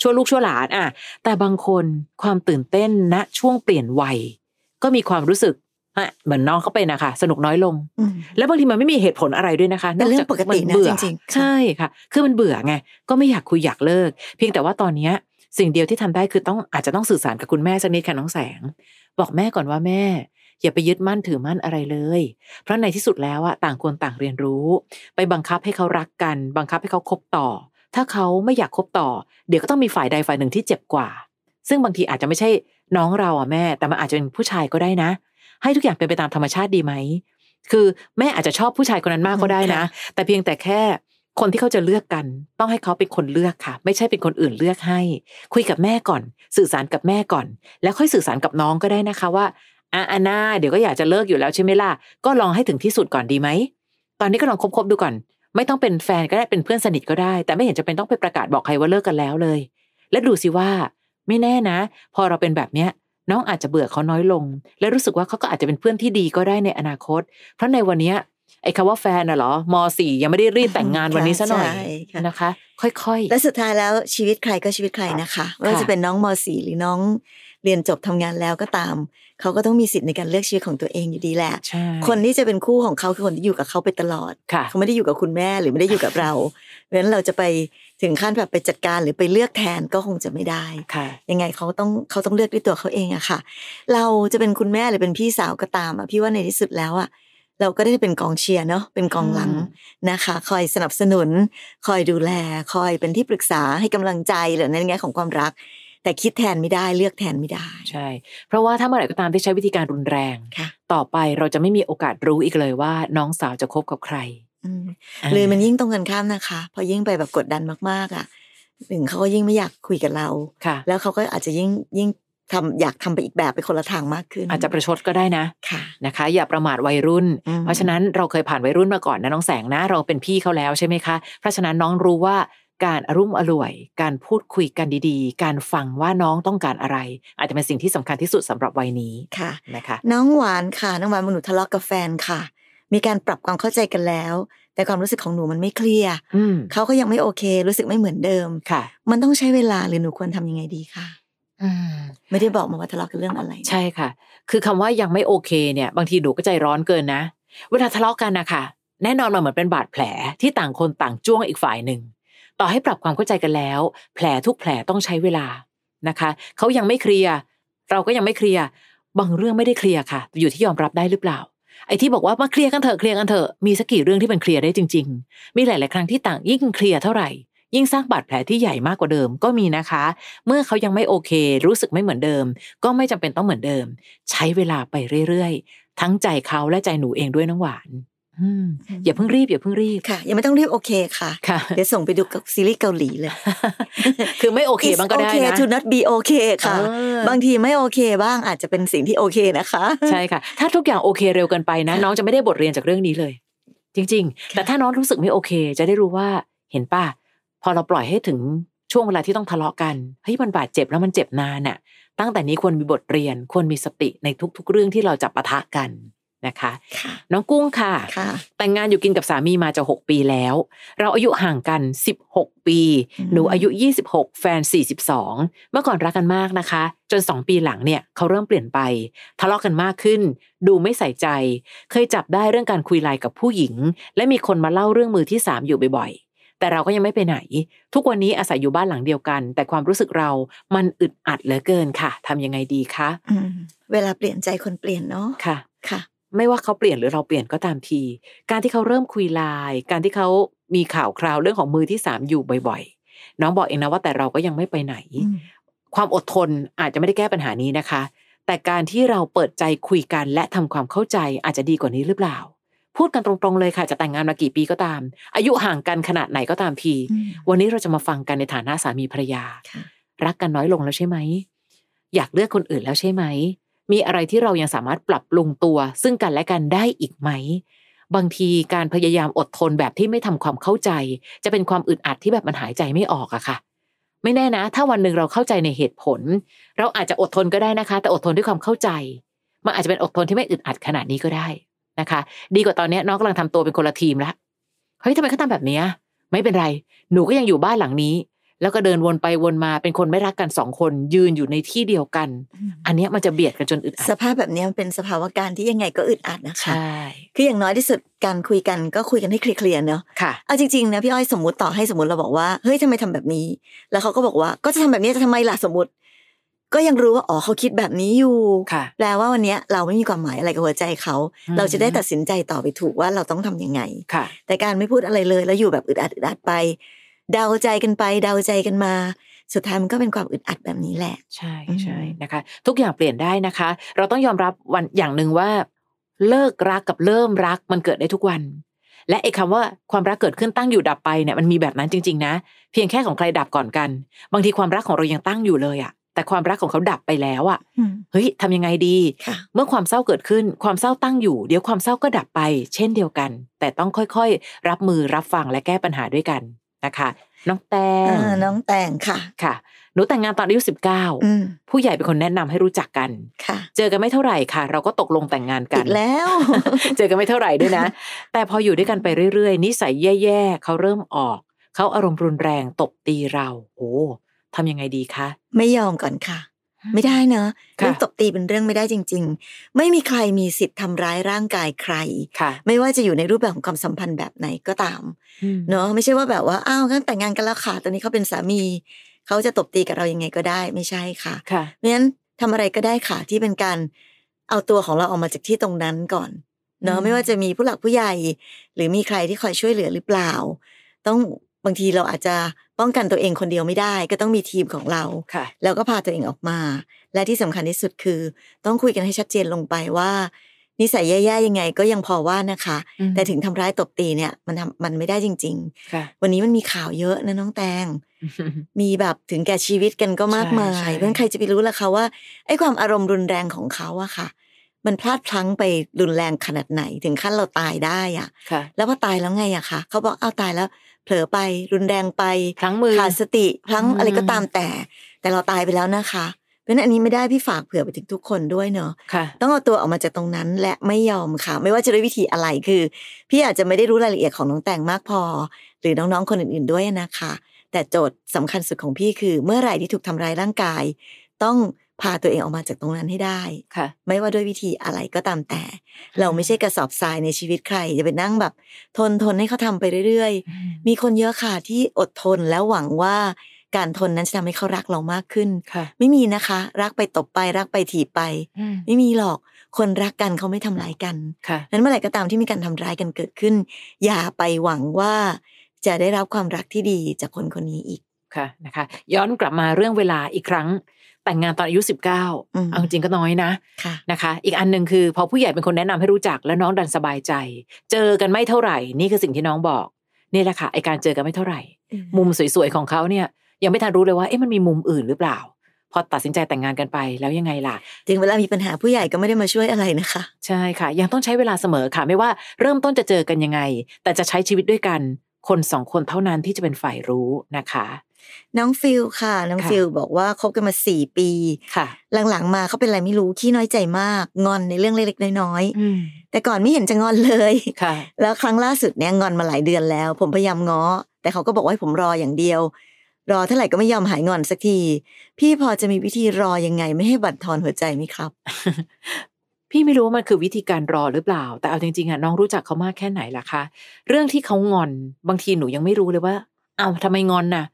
Speaker 2: ชั่วลูกชั่วหลานอ่ะ แต่บางคนความตื่นเต้นณช่วงเปลี่ยนวัย ก็มีความรู้สึกอ่ะเหมือนน้องเขาเป็นนะคะสนุกน้อยลง
Speaker 1: อืม
Speaker 2: แล้วบางทีมันไม่มีเหตุผลอะไรด้วยนะคะ
Speaker 1: เป็นเรื่อง
Speaker 2: จา
Speaker 1: ปกตินะ
Speaker 2: มัเบื่อ
Speaker 1: จริงๆค่ะ
Speaker 2: ใช่ค่ะ คือมันเบื่อไง ก็ไม่อยากคุยอยากเลิก เพียงแต่ว่าตอนเนี้ยสิ่งเดียวที่ทำได้คือต้องอาจจะต้องสื่อสารกับคุณแม่สักนิดค่ะน้องแสง บอกแม่ก่อนว่าแม่ อย่าไปยึดมั่นถือมั่นอะไรเลย เพราะในที่สุดแล้วอะต่างคนต่างเรียนรู้ ไปบังคับให้เขารักกัน บังคับให้เขาคบต่อ ถ้าเขาไม่อยากคบต่อ เดี๋ยวก็ต้องมีฝ่ายใดฝ่ายหนึ่งที่เจ็บกว่า ซึ่งบางทีอาจจะไม่ใช่น้องเราอะแม่ แต่มันอาจจะเป็นผู้ชายก็ได้นะ ให้ทุกอย่างเป็นไปตามธรรมชาติดีไหม คือแม่อาจจะชอบผู้ชายคนนั้นมากก็ได้นะ แต่เพียงแต่แค่คนที่เขาจะเลือกกัน ต้องให้เขาเป็นคนเลือกค่ะ ไม่ใช่เป็นคนอื่นเลือกให้ คุยกับแม่ก่อน สื่อสารกับแม่ก่อน แล้วค่อยสื่อสารกับน้องก็ได้นะคะว่าอ่ะอานาเดี๋ยวก็อยากจะเลิกอยู่แล้วใช่ไหมล่ะก็ลองให้ถึงที่สุดก่อนดีไหมตอนนี้ก็ลองคบๆดูก่อน ไม่ต้องเป็นแฟนก็ได้เป็นเพื่อนสนิทก็ได้ แต่ไม่เห็นจะเป็นต้องไปประกาศบอกใครว่าเลิกกันแล้วเลย และดูสิว่า ไม่แน่นะ พอเราเป็นแบบเนี้ย น้องอาจจะเบื่อเขาน้อยลง และรู้สึกว่าเขาก็อาจจะเป็นเพื่อนที่ดีก็ได้ในอนาคต เพราะในวันเนี้ยไอ้คำว่าแฟนน่ะเหรอมสี่ยังไม่ได้รีบแต่งงานวันนี้ซะหน่อย
Speaker 1: ใช่ค่ะ
Speaker 2: นะคะ ค่อย
Speaker 1: และสุดท้ายแล้วชีวิตใครก็ชีวิตใครนะคะไม่ว่าจะเป็นน้องม .4 หรือน้องเรียนจบทำงานแล้วก็ตาม เขาก็ต้องมีสิทธิ์ในการเลือกชีวิตของตัวเองอยู่ดีแหละ
Speaker 2: ๆ ใช่
Speaker 1: คนที่จะเป็นคู่ของเขาคือคนที่อยู่กับเขาไปตลอด
Speaker 2: ค่ะ
Speaker 1: เขาไม่ได้อยู่กับคุณแม่หรือไม่ได้อยู่กับเราเพราะฉะนั้นเราจะไปถึงขั้นแบบไปจัดการหรือไปเลือกแทนก็คงจะไม่ได้
Speaker 2: ค่ะ
Speaker 1: ยังไงเขาต้องเขาต้องเลือกด้วยตัวเขาเองอะค่ะ เราจะเป็นคุณแม่หรือเป็นพี่สาวก็ตามอะพี่ว่าในที่สุดแล้วอะเราก็ได้เป็นกองเชียร์เนาะเป็นกองหลัง
Speaker 2: อืม
Speaker 1: นะคะ คอยสนับสนุน คอยดูแล คอยเป็นที่ปรึกษาให้กำลังใจหรือในแง่ของความรัก แต่คิดแทนไม่ได้เลือกแทนไม่ได้
Speaker 2: ใช่ เพราะว่าถ้าเมื่อไหร่ก็ตามที่ใช้วิธีการรุนแรง
Speaker 1: ค่ะ
Speaker 2: ต่อไปเราจะไม่มีโอกาสรู้อีกเลยว่า น้องสาวจะคบกับใคร
Speaker 1: อืมหรือมันยิ่งตรงกันข้ามนะคะ พอยิ่งไปแบบกดดันมากๆอะหนึ่งเขาก็ยิ่งไม่อยากคุยกับเรา
Speaker 2: ค่ะ
Speaker 1: แล้วเขาก็อาจจะยิ่งยิ่งทำอยากทำไปอีกแบบไปคนละทางมากขึ้น
Speaker 2: อาจจะประชดก็ได้นะ
Speaker 1: ค่ะ
Speaker 2: นะคะอย่าประมาทวัยรุ่น
Speaker 1: อืม
Speaker 2: เพราะฉะนั้นเราเคยผ่านวัยรุ่นมาก่อนนะน้องแสงนะ เราเป็นพี่เขาแล้วใช่ไหมคะ เพราะฉะนั้นน้องรู้ว่าการอรุ่มอร่วย การพูดคุยกันดีๆ การฟังว่าน้องต้องการอะไร อาจจะเป็นสิ่งที่สำคัญที่สุดสำหรับวัยนี้
Speaker 1: ค่ะ
Speaker 2: นะคะ
Speaker 1: น้องหวานค่ะ น้องหวานบอกหนูทะเลาะกับแฟนค่ะ มีการปรับความเข้าใจกันแล้ว แต่ความรู้สึกของหนูมันไม่เคลียร์
Speaker 2: อืม
Speaker 1: เขาก็ยังไม่โอเค รู้สึกไม่เหมือนเดิม
Speaker 2: ค่ะ
Speaker 1: มันต้องใช้เวลาหรือหนูควรทำยังไงดีคะ
Speaker 2: อืม
Speaker 1: ไม่ได้บอกมาว่าทะเลาะกันเรื่องอะไรนะ
Speaker 2: ใช่ค่ะ คือคำว่ายังไม่โอเคเนี่ยบางทีหนูก็ใจร้อนเกินนะ เวลาทะเลาะกันนะคะแน่นอนมันเหมือนเป็นบาดแผลที่ต่างคนต่างจ้วงอีกฝ่ายหนึ่ง ต่อให้ปรับความเข้าใจกันแล้ว แผลทุกแผลต้องใช้เวลานะคะ เขายังไม่เคลียร์เราก็ยังไม่เคลียร์บางเรื่องไม่ได้เคลียร์ค่ะ อยู่ที่ยอมรับได้หรือเปล่า ไอ้ที่บอกว่ามาเคลียร์กันเถอะเคลียร์กันเถอะมีสักกี่เรื่องที่มันเคลียร์ได้จริง ๆ มีหลาย ๆ ครั้งที่ต่างยิ่งเคลียร์เท่าไหร่ ยิ่งสร้างบาดแผลที่ใหญ่มากกว่าเดิมก็มีนะคะ เมื่อเขายังไม่โอเค รู้สึกไม่เหมือนเดิม ก็ไม่จำเป็นต้องเหมือนเดิม ใช้เวลาไปเรื่อยๆ ทั้งใจเขาและใจหนูเองด้วยน้องหวานอืมอย่าเพิ่งรีบอย่าเพิ่งรีบ
Speaker 1: ค่ะ ยังไม่ต้องรีบโอเคค่ะ
Speaker 2: ค่ะ
Speaker 1: เดี๋ยวส่งไปดูกับซีรีส์เกาหลีเลย
Speaker 2: คือไม่โอเค
Speaker 1: It's
Speaker 2: บ้างก็ได้
Speaker 1: okay
Speaker 2: นะ
Speaker 1: to not be okay ค่ะ
Speaker 2: เออบ
Speaker 1: างทีไม่โอเคบ้างอาจจะเป็นสิ่งที่โอเคนะคะ
Speaker 2: ใช่ค่ะ ถ้าทุกอย่างโอเคเร็วเกินไปนะ
Speaker 1: ค่ะ
Speaker 2: น้องจะไม่ได้บทเรียนจากเรื่องนี้เลย จริง ๆ แต่ถ้าน้องรู้สึกไม่โอเค จะได้รู้ว่าเห็นป่ะพอเราปล่อยให้ถึงช่วงเวลาที่ต้องทะเลาะกันเฮ้ยมันบาดเจ็บแล้วมันเจ็บนานน่ะ ตั้งแต่นี้ควรมีบทเรียนควรมีสติในทุก ๆ เรื่องที่เราจะปะทะกัน นะคะ
Speaker 1: ค่ะ
Speaker 2: น้องกุ้งค่ะ
Speaker 1: ค่ะ
Speaker 2: แต่งงานอยู่กินกับสามีมาจะ 6 ปีแล้ว เราอายุห่างกัน 16 ปี
Speaker 1: อืม
Speaker 2: หนูอายุ 26 แฟน 42 เมื่อก่อนรักกันมากนะคะ จน 2 ปีหลังเนี่ยเขาเริ่มเปลี่ยนไป ทะเลาะกันมากขึ้น ดูไม่ใส่ใจ เคยจับได้เรื่องการคุยไลน์กับผู้หญิง และมีคนมาเล่าเรื่องมือที่ 3 อยู่บ่อยๆ แต่เราก็ยังไม่ไปไหน ทุกวันนี้อาศัยอยู่บ้านหลังเดียวกัน แต่ความรู้สึกเรามันอึดอัดเหลือเกินค่ะทำยังไงดีคะ
Speaker 1: อืมเวลาเปลี่ยนใจคนเปลี่ยนเนาะ
Speaker 2: ค่ะ
Speaker 1: ค่ะ
Speaker 2: ไม่ว่าเขาเปลี่ยนหรือเราเปลี่ยนก็ตามที การที่เขาเริ่มคุยไลน์การที่เขามีข่าวคราวเรื่องของมือที่สามอยู่บ่อยๆ น้องบอกเองนะว่าแต่เราก็ยังไม่ไปไหน ความอดทนอาจจะไม่ได้แก้ปัญหานี้นะคะ แต่การที่เราเปิดใจคุยกันและทำความเข้าใจอาจจะดีกว่านี้หรือเปล่า พูดกันตรงๆเลยค่ะจะแต่งงานมากี่ปีก็ตาม อายุห่างกันขนาดไหนก็ตามที
Speaker 1: อืม
Speaker 2: วันนี้เราจะมาฟังกันในฐานะสามีภรรยา
Speaker 1: ค่ะ
Speaker 2: รักกันน้อยลงแล้วใช่ไหม อยากเลือกคนอื่นแล้วใช่ไหม มีอะไรที่เรายังสามารถปรับปรุงตัว ซึ่งกันและกันได้อีกไหม บางทีการพยายามอดทนแบบที่ไม่ทำความเข้าใจ จะเป็นความอึดอัดที่แบบมันหายใจไม่ออกอะค่ะ ไม่แน่นะ ถ้าวันหนึ่งเราเข้าใจในเหตุผล เราอาจจะอดทนก็ได้นะคะ แต่อดทนด้วยความเข้าใจ มันอาจจะเป็นอดทนที่ไม่อึดอัดขนาดนี้ก็ได้นะคะ ดีกว่าตอนเนี้ยน้องกำลังทำตัวเป็นคนละทีมละเฮ้ยทำไมเขาทำแบบเนี้ยไม่เป็นไร หนูก็ยังอยู่บ้านหลังนี้ แล้วก็เดินวนไปวนมาเป็นคนไม่รักกันสองคนยืนอยู่ในที่เดียวกัน อันเนี้ยมันจะเบียดกันจนอึดอั
Speaker 1: ส
Speaker 2: ด
Speaker 1: ภาพแบบนี้มันเป็นสภาวะการที่ยังไงก็อึดอัดนะคะ
Speaker 2: ใช่
Speaker 1: คืออย่างน้อยที่สุดการคุยกันก็คุยกันให้เคลียร์ๆเนาะ
Speaker 2: ค่ะ
Speaker 1: เอาจริงๆนะพี่อ้อยสมมติต่อให้สมมติเราบอกว่าเฮ้ยทำไมทำแบบนี้ แล้วเขาก็บอกว่าก็จะทำแบบนี้จะทำไมล่ะสมมติ ก็ยังรู้ว่าอ๋อเขาคิดแบบนี้อยู่
Speaker 2: ค่ะ
Speaker 1: แปลว่าวันเนี้ยเราไม่มีความหมายอะไรกับหัวใจเขา
Speaker 2: อืม
Speaker 1: เราจะได้ตัดสินใจต่อไปถูกว่าเราต้องทำยังไง
Speaker 2: ค่ะ
Speaker 1: แต่การไม่พูดอะไรเลยแล้วอยู่แบบอึดอัดอึดอัดไป เดาใจกันไปเดาใจกันมา สุดท้ายมันก็เป็นความอึดอัดแบบนี้แหละ
Speaker 2: ใช่
Speaker 1: อืม
Speaker 2: ใช่นะคะ ทุกอย่างเปลี่ยนได้นะคะ เราต้องยอมรับวันอย่างหนึ่งว่า เลิกรักกับเริ่มรักมันเกิดได้ทุกวัน และไอ้คำว่าความรักเกิดขึ้นตั้งอยู่ดับไปเนี่ยมันมีแบบนั้นจริง ๆ นะ เพียงแค่ของใครดับก่อนกัน บางทีความรักของเรายังตั้งอยู่เลยอะแต่ความรักของเขาดับไปแล้วอะเฮ้ยทำยังไงดี
Speaker 1: ค่ะ
Speaker 2: เมื่อความเศร้าเกิดขึ้นความเศร้าตั้งอยู่ เดี๋ยวความเศร้าก็ดับไป เช่นเดียวกัน แต่ต้องค่อยๆ รับมือรับฟังและแก้ปัญหาด้วยกันนะคะ น้องแตง
Speaker 1: อ่าน้องแต่งค่ะ
Speaker 2: ค่ะ หนูแต่งงานตอนอายุสิบเก้า
Speaker 1: อืม
Speaker 2: ผู้ใหญ่เป็นคนแนะนำให้รู้จักกัน
Speaker 1: ค่ะ
Speaker 2: เจอกันไม่เท่าไหร่ค่ะ เราก็ตกลงแต่งงานกั
Speaker 1: อี
Speaker 2: น
Speaker 1: กแล้ว
Speaker 2: เจอกันไม่เท่าไหร่ด้วยนะ แต่พออยู่ด้วยกันไปเรื่อยๆ นิสัยแย่ๆเขาเริ่มออก เขาอารมณ์รุนแรงตบตีเราโอ้ทำยังไงดีคะ
Speaker 1: ไม่ยอมก่อนค่ะ ไม่ได้เนอะ
Speaker 2: ค่ะ
Speaker 1: เรื่องตบตีเป็นเรื่องไม่ได้จริง ๆ ไม่มีใครมีสิทธิ์ทำร้ายร่างกายใคร
Speaker 2: ค่ะ
Speaker 1: ไม่ว่าจะอยู่ในรูปแบบของความสัมพันธ์แบบไหนก็ตาม
Speaker 2: อืม
Speaker 1: เนอะไม่ใช่ว่าแบบว่าอ้าวงั้นแต่งงานกันแล้วค่ะ ตอนนี้เขาเป็นสามี เขาจะตบตีกับเรายังไงก็ได้ไม่ใช่ค่ะ
Speaker 2: ค่ะ
Speaker 1: เพราะฉะนั้นทำอะไรก็ได้ค่ะที่เป็นการเอาตัวของเราออกมาจากที่ตรงนั้นก่อนเน
Speaker 2: อื
Speaker 1: อะ
Speaker 2: ม
Speaker 1: ไม่ว่าจะมีผู้หลักผู้ใหญ่ หรือมีใครที่คอยช่วยเหลือหรือเปล่า ต้องบางทีเราอาจจะป้องกันตัวเองคนเดียวไม่ได้ ก็ต้องมีทีมของเรา
Speaker 2: ค่ะ
Speaker 1: แล้วก็พาตัวเองออกมา และที่สำคัญที่สุดคือ ต้องคุยกันให้ชัดเจนลงไปว่า นิสัยแย่ๆยังไงก็ยังพอว่านะคะ แต่ถึงทำร้ายตบตีเนี่ยมันทำมันไม่ได้จริง
Speaker 2: ค่ะ
Speaker 1: ๆ วันนี้มันมีข่าวเยอะนะน้องแตง มีแบบถึงแก่ชีวิตกันก็มากมาย
Speaker 2: ใช่ใช่
Speaker 1: เพราะฉะนั้นใครจะไปรู้ล่ะคะว่าไอ้ความอารมณ์รุนแรงของเขาอะค่ะ มันพลาดพลั้งไปรุนแรงขนาดไหน ถึงขั้นเราตายได้อะ
Speaker 2: ค่ะ
Speaker 1: แล้วพอตายแล้วไงอะคะเขาบอกเอาตายแล้ว เผลอไปรุนแรงไป
Speaker 2: พลั้งมือ
Speaker 1: ขาดสติพลั้ง
Speaker 2: อืม
Speaker 1: อะไรก็ตามแต่ แต่เราตายไปแล้วนะคะ เพราะฉะนั้นอันนี้ไม่ได้พี่ฝากเผื่อไปถึงทุกคนด้วยเนาะ
Speaker 2: ค่ะ
Speaker 1: ต้องเอาตัวออกมาจากตรงนั้นและไม่ยอมค่ะ ไม่ว่าจะด้วยวิธีอะไรคือ พี่อาจจะไม่ได้รู้รายละเอียดของน้องแตงมากพอ หรือน้องๆคนอื่นๆด้วยนะคะ แต่โจทย์สำคัญสุดของพี่คือ เมื่อไหร่ที่ถูกทำร้ายร่างกาย ต้องพาตัวเองออกมาจากตรงนั้นให้ได้
Speaker 2: ค่ะ
Speaker 1: ไม่ว่าด้วยวิธีอะไรก็ตามแต่ เราไม่ใช่กระสอบทรายในชีวิตใครอย่าไปนั่งแบบ ทนทนๆให้เขาทำไปเรื่อยๆ มีคนเยอะค่ะที่อดทนแล้วหวังว่าการทนนั้นจะทำให้เขารักเรามากขึ้น
Speaker 2: ค่ะ
Speaker 1: ไม่มีนะคะ รักไปตบไปรักไปถีบไป ไม่มีหรอกคนรักกันเขาไม่ทำร้ายกัน
Speaker 2: ค่ะ
Speaker 1: นั้นเมื่อไหร่ก็ตามที่มีการทำร้ายกันเกิดขึ้น อย่าไปหวังว่าจะได้รับความรักที่ดีจากคนคนนี้อีก
Speaker 2: ค่ะ นะคะ ย้อนกลับมาเรื่องเวลาอีกครั้ง แต่งงานตอนอายุ 19
Speaker 1: อืม
Speaker 2: เอาจริงก็น้อยนะ
Speaker 1: ค่ะ
Speaker 2: นะคะ อีกอันหนึ่งคือ พอผู้ใหญ่เป็นคนแนะนำให้รู้จักแล้วน้องดันสบายใจ เจอกันไม่เท่าไหร่ นี่คือสิ่งที่น้องบอก นี่แหละค่ะ ไอการเจอกันไม่เท่าไหร่ มุมสวยๆ ของเขาเนี่ยยังไม่ทันรู้เลยว่า เอ๊ะมันมีมุมอื่นหรือเปล่า พอตัดสินใจแต่งงานกันไปแล้วยังไงล่ะ
Speaker 1: ถึงเวลามีปัญหาผู้ใหญ่ก็ไม่ได้มาช่วยอะไรนะคะ
Speaker 2: ใช่ค่ะ ยังต้องใช้เวลาเสมอค่ะ ไม่ว่าเริ่มต้นจะเจอกันยังไง แต่จะใช้ชีวิตด้วยกัน คนสองคนเท่านั้นที่จะเป็นฝ่ายรู้นะคะ
Speaker 1: น้องฟิลค่ะ น้องฟิลบอกว่าคบกันมาสี่ปี
Speaker 2: ค่ะ
Speaker 1: หลังๆมาเขาเป็นอะไรไม่รู้ขี้น้อยใจมากงอนในเรื่องเล็กๆน้อยๆแต่ก่อนไม่เห็นจะงอนเลย
Speaker 2: ค่ะ
Speaker 1: แล้วครั้งล่าสุดเนี่ยงอนมาหลายเดือนแล้ว ผมพยายามง้อ แต่เขาก็บอกว่าให้ผมรออย่างเดียว รอเท่าไหร่ก็ไม่ยอมหายงอนสักที พี่พอจะมีวิธีรอยังไงไม่ให้บั่นทอนหัวใจไหมครับ
Speaker 2: พี่ไม่รู้ว่ามันคือวิธีการรอหรือเปล่า แต่เอาจริงๆอะน้องรู้จักเขามากแค่ไหนล่ะคะเรื่องที่เขางอนบางทีหนูยังไม่รู้เลยว่าอ้าวทำไมงอนน่ะ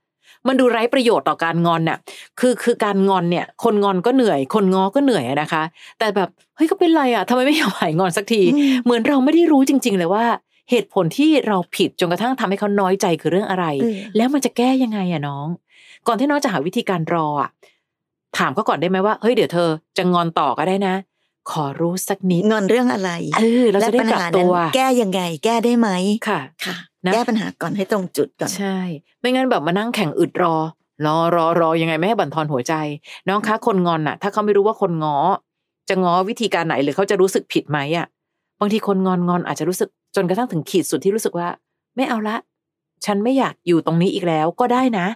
Speaker 2: มันดูไร้ประโยชน์ต่อการงอนน่ะ คือคือการงอนเนี่ย คนงอนก็เหนื่อย คนงอก็เหนื่อยอะนะคะ แต่แบบเฮ้ยก็เป็นไรอะทำไมไม่ ยอมหายงอนสักที เหมือนเราไม่ได้รู้จริง ๆ เลยว่า เหตุผลที่เราผิดจนกระทั่งทำให้เขาน้อยใจคือเรื่องอะไร
Speaker 1: เออ
Speaker 2: แล้วมันจะแก้ยังไงอะน้อง ก่อนที่น้องจะหาวิธีการรออะถามเขาก่อนได้ไหมว่าเฮ้ยเดี๋ยวเธอจะงอนต่อก็ได้นะ ขอรู้สักนิด
Speaker 1: งอนเรื่องอะไร
Speaker 2: เออเราจะได้
Speaker 1: ปัญ
Speaker 2: ปรับ
Speaker 1: หา
Speaker 2: ตั
Speaker 1: นั้น
Speaker 2: ว
Speaker 1: แก้ยังไง แก้ได้ไหม
Speaker 2: ค่ะ
Speaker 1: ค่ะ
Speaker 2: นะ
Speaker 1: แก้ปัญหาก่อนให้ตรงจุดก่อน
Speaker 2: ใช่ ไม่งั้นแบบมานั่งแข่งอึดรอ รอรอรอยังไงไม่ให้บั่นทอนหัวใจ น้องคะคนงอนน่ะ ถ้าเขาไม่รู้ว่าคนง้อ จะง้อวิธีการไหนหรือเขาจะรู้สึกผิดไหมอ่ะบางทีคนงอนงอนอาจจะรู้สึกจนกระทั่งถึงขีดสุดที่รู้สึกว่า ไม่เอาละ ฉันไม่อยากอยู่ตรงนี้อีกแล้วก็ได้นะ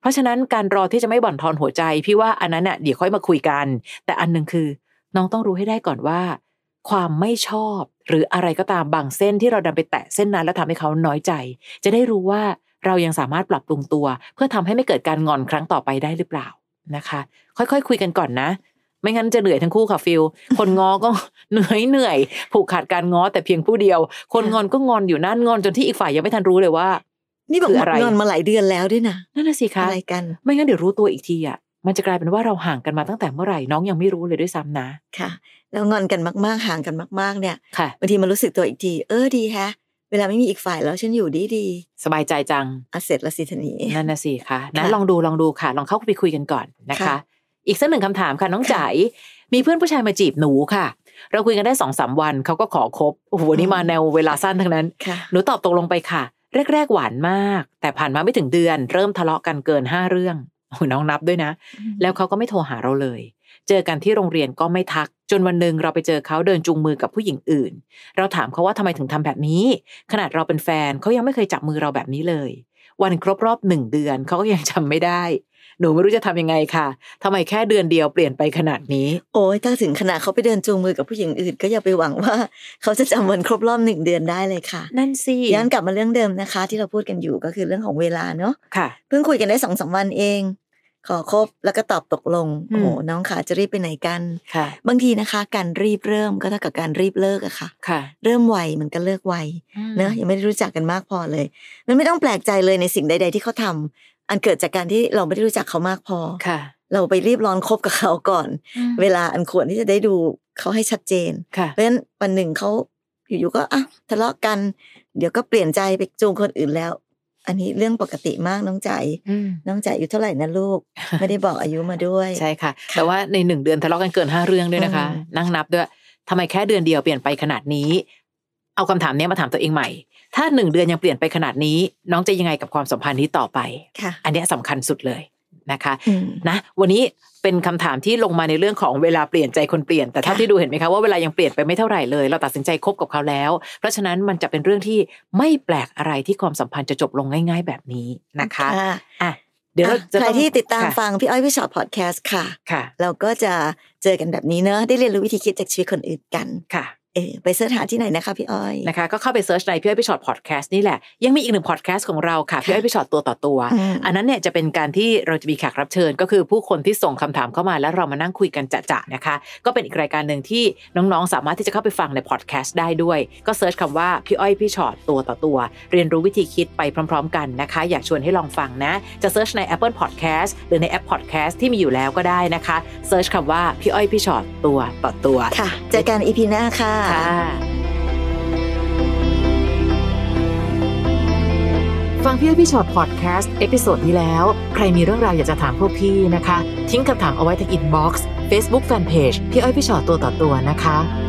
Speaker 2: เพราะฉะนั้นการรอที่จะไม่บั่นทอนหัวใจ พี่ว่าอันนั้นน่ะเดี๋ยวค่อยมาคุยกัน แต่อันหนึ่งคือ น้องต้องรู้ให้ได้ก่อนว่า ความไม่ชอบ หรืออะไรก็ตามบางเส้นที่เราดันไปแตะเส้นนั้นแล้วทำให้เขาน้อยใจ จะได้รู้ว่าเรายังสามารถปรับปรุงตัว เพื่อทำให้ไม่เกิดการงอนครั้งต่อไปได้หรือเปล่านะคะ ค่อยๆคุยกันก่อนนะ ไม่งั้นจะเหนื่อยทั้งคู่ค่ะฟิลคนงอก็ เหนื่อยเหนื่อยผูกขาดการง้อแต่เพียงผู้เดียว คนงอนก็งอนอยู่นั่นงอนจนที่อีกฝ่ายยังไม่ทันรู้เลยว่า
Speaker 1: นี่บอก
Speaker 2: คือ
Speaker 1: หม
Speaker 2: อะ
Speaker 1: ด
Speaker 2: ไร
Speaker 1: งอนมาหลายเดือนแล้วด้วยนะ
Speaker 2: นั่นน่ะสิคะ
Speaker 1: อะไรกัน
Speaker 2: ไม่งั้นเดี๋ยวรู้ตัวอีกทีอ่ะ มันจะกลายเป็นว่าเราห่างกันมาตั้งแต่เมื่อไหร่น้องยังไม่รู้เลยด้วยซ้ำนะ
Speaker 1: ค่ะแล้วงอนกันมากๆห่างกันมาก ๆ เนี่ย
Speaker 2: ค่ะ
Speaker 1: บางทีมันรู้สึกตัวอีกทีเออดีแฮะ เวลาไม่มีอีกฝ่ายแล้วฉันอยู่ดีดี
Speaker 2: สบายใจจัง
Speaker 1: ๆอาเสร็จละสิทนี
Speaker 2: นั่นน่ะสิคะนะ
Speaker 1: ค่ะ
Speaker 2: ลองดูลองดูค่ะ ลองเข้าไปคุยกันก่อนนะคะ
Speaker 1: ค่ะ
Speaker 2: อีกสักหนึ่งคำถามค่ะน้อง
Speaker 1: ค่ะ
Speaker 2: จ๋ายมีเพื่อนผู้ชายมาจีบหนูค่ะ เราคุยกันได้สองสามวันเขาก็ขอคบโอ้โหวันนี่
Speaker 1: อืม
Speaker 2: มาแนวเวลาสั้นทั้งนั้น
Speaker 1: ค่ะ
Speaker 2: หนูตอบตกลงไปค่ะ แรก ๆ หวานมาก แต่ผ่านมาไม่ถึงเดือน เริ่มทะเลาะกันเกินห้าเรื่องโอ้โหน้องนับด้วยนะ แล้วเขาก็ไม่โทรหาเราเลย เจอกันที่โรงเรียนก็ไม่ทัก จนวันหนึ่งเราไปเจอเขาเดินจูงมือกับผู้หญิงอื่น เราถามเขาว่าทำไมถึงทำแบบนี้ ขนาดเราเป็นแฟนเขายังไม่เคยจับมือเราแบบนี้เลย วันครบรอบหนึ่งเดือนเขาก็ยังจำไม่ได้ หนูไม่รู้จะทำยังไงค่ะทำไมแค่เดือนเดียวเปลี่ยนไปขนาดนี้
Speaker 1: โอ้ยถ้าถึงขนาดเขาไปเดินจูงมือกับผู้หญิงอื่น ก็อย่าไปหวังว่า เขาจะจำวันครบรอบหนึ่งเดือนได้เลยค่ะ
Speaker 2: นั่นสิ
Speaker 1: ย้อนกลับมาเรื่องเดิมนะคะ ที่เราพูดกันอยู่ก็คือเรื่องของเวลาเนาะ
Speaker 2: ค่ะ
Speaker 1: เพิ่งคุยกันได้สองสามวันเอง ขอคบแล้วก็ตอบตกลง
Speaker 2: อืม
Speaker 1: โอ้โหน้องขาจะรีบไปไหนกัน
Speaker 2: ค่ะ
Speaker 1: บางทีนะคะ การรีบเริ่มก็เท่ากับการรีบเลิกอะค่ะ
Speaker 2: ค่ะ
Speaker 1: เริ่มไวมันก็เลิกไวเนอะยังไม่ได้รู้จักกันมากพอเลย มันไม่ต้องแปลกใจเลยในสิ่งใด ๆ ที่เขาทำอันเกิดจากการที่เราไม่ได้รู้จักเขามากพอ
Speaker 2: ค่ะ
Speaker 1: เราไปรีบร้อนคบกับเขาก่อน เวลาอันควรที่จะได้ดูเขาให้ชัดเจน
Speaker 2: ค่ะ
Speaker 1: เพราะฉะนั้นวันหนึ่งเขาอยู่ๆก็อ่ะทะเลาะกัน เดี๋ยวก็เปลี่ยนใจไปจูงคนอื่นแล้ว อันนี้เรื่องปกติมากน้องใจาย
Speaker 2: อืม
Speaker 1: น้องใจายอายู่เท่าไหร่นะลู ก ไม่ได้บอกอายุมาด้วย
Speaker 2: ใช่ค่ะ แต่ว่าในหนึ่งเดือนทะเลาะกันเกินห้าเรื่องด้วยนะคะ
Speaker 1: อืม
Speaker 2: นั่งนับด้วยทำไมแค่เดือนเดียวเปลี่ยนไปขนาดนี้ เอาคำถามเนี้ยมาถามตัวเองใหม่ ถ้าหนึ่งเดือนยังเปลี่ยนไปขนาดนี้ น้องจะยังไงกับความสัมพันธ์นี้ต่อไป
Speaker 1: ค่ะ
Speaker 2: อันเนี้ยสำคัญสุดเลยนะคะ
Speaker 1: อืม
Speaker 2: นะวันนี้เป็นคำถามที่ลงมาในเรื่องของเวลาเปลี่ยนใจคนเปลี่ยนแต่เท่าที่ดูเห็นไหมคะว่าเวลายังเปลี่ยนไปไม่เท่าไหร่เลย เราตัดสินใจคบกับเขาแล้ว เพราะฉะนั้นมันจะเป็นเรื่องที่ไม่แปลกอะไรที่ความสัมพันธ์จะจบลงง่าย ๆ แบบนี้นะคะอ่ะเดี๋ยวเรา
Speaker 1: อ่ะ
Speaker 2: จะ
Speaker 1: ใคร
Speaker 2: อง
Speaker 1: ที่ติดตาม
Speaker 2: ค่ะ
Speaker 1: ฟังพี่อ้อยพี่ชอตพอดแคสต์ค่ะ
Speaker 2: ค่ะ
Speaker 1: เราก็จะเจอกันแบบนี้เนอะได้เรียนรู้วิธีคิดจากชีวิตคนอื่นกัน
Speaker 2: ค่ะ
Speaker 1: เออไปเสิร์ชหาที่ไหนนะคะพี่อ้อย
Speaker 2: นะคะก็เข้าไปเซิร์ชในพี่อ้อยพี่ชอตพอดแคสต์นี่แหละ ยังมีอีกหนึ่งพอดแคสต์ของเราค่ะพี่อ้อยพี่ชอตตัวต่อตัว
Speaker 1: อืม
Speaker 2: อันนั้นเนี่ยจะเป็นการที่เราจะมีแขกรับเชิญ ก็คือผู้คนที่ส่งคำถามเข้ามาแล้วเรามานั่งคุยกันจะๆนะคะ ก็เป็นอีกรายการหนึ่งที่น้องๆ สามารถที่จะเข้าไปฟังในพอดแคสต์ได้ด้วย ก็เซิร์ชคำว่าพี่อ้อยพี่ชอตตัวต่อตัว เรียนรู้วิธีคิดไปพร้อม ๆ กันนะคะ อยากชวนให้ลองฟังนะ จะเซิร์ชใน Apple Podcast หรือในแอป Podcast ที่มีอยู่แล้วก็ได้นะคะเซิร์ชคำว่าพี่อ้อยพี่ชอตตัวต่อตัว
Speaker 1: ค่ะ เจอกันอีพีหน้าค่ะ
Speaker 2: ค่ะ ฟังพี่อ้อยพี่ชอตพอดแคสต์เอพิโซดนี้แล้ว ใครมีเรื่องราวอยากจะถามพวกพี่นะคะ ทิ้งคำถามเอาไว้ที่อินบ็อกซ์เฟซบุ๊กแฟนเพจพี่อ้อยพี่ชอตตัวต่อตัวนะคะ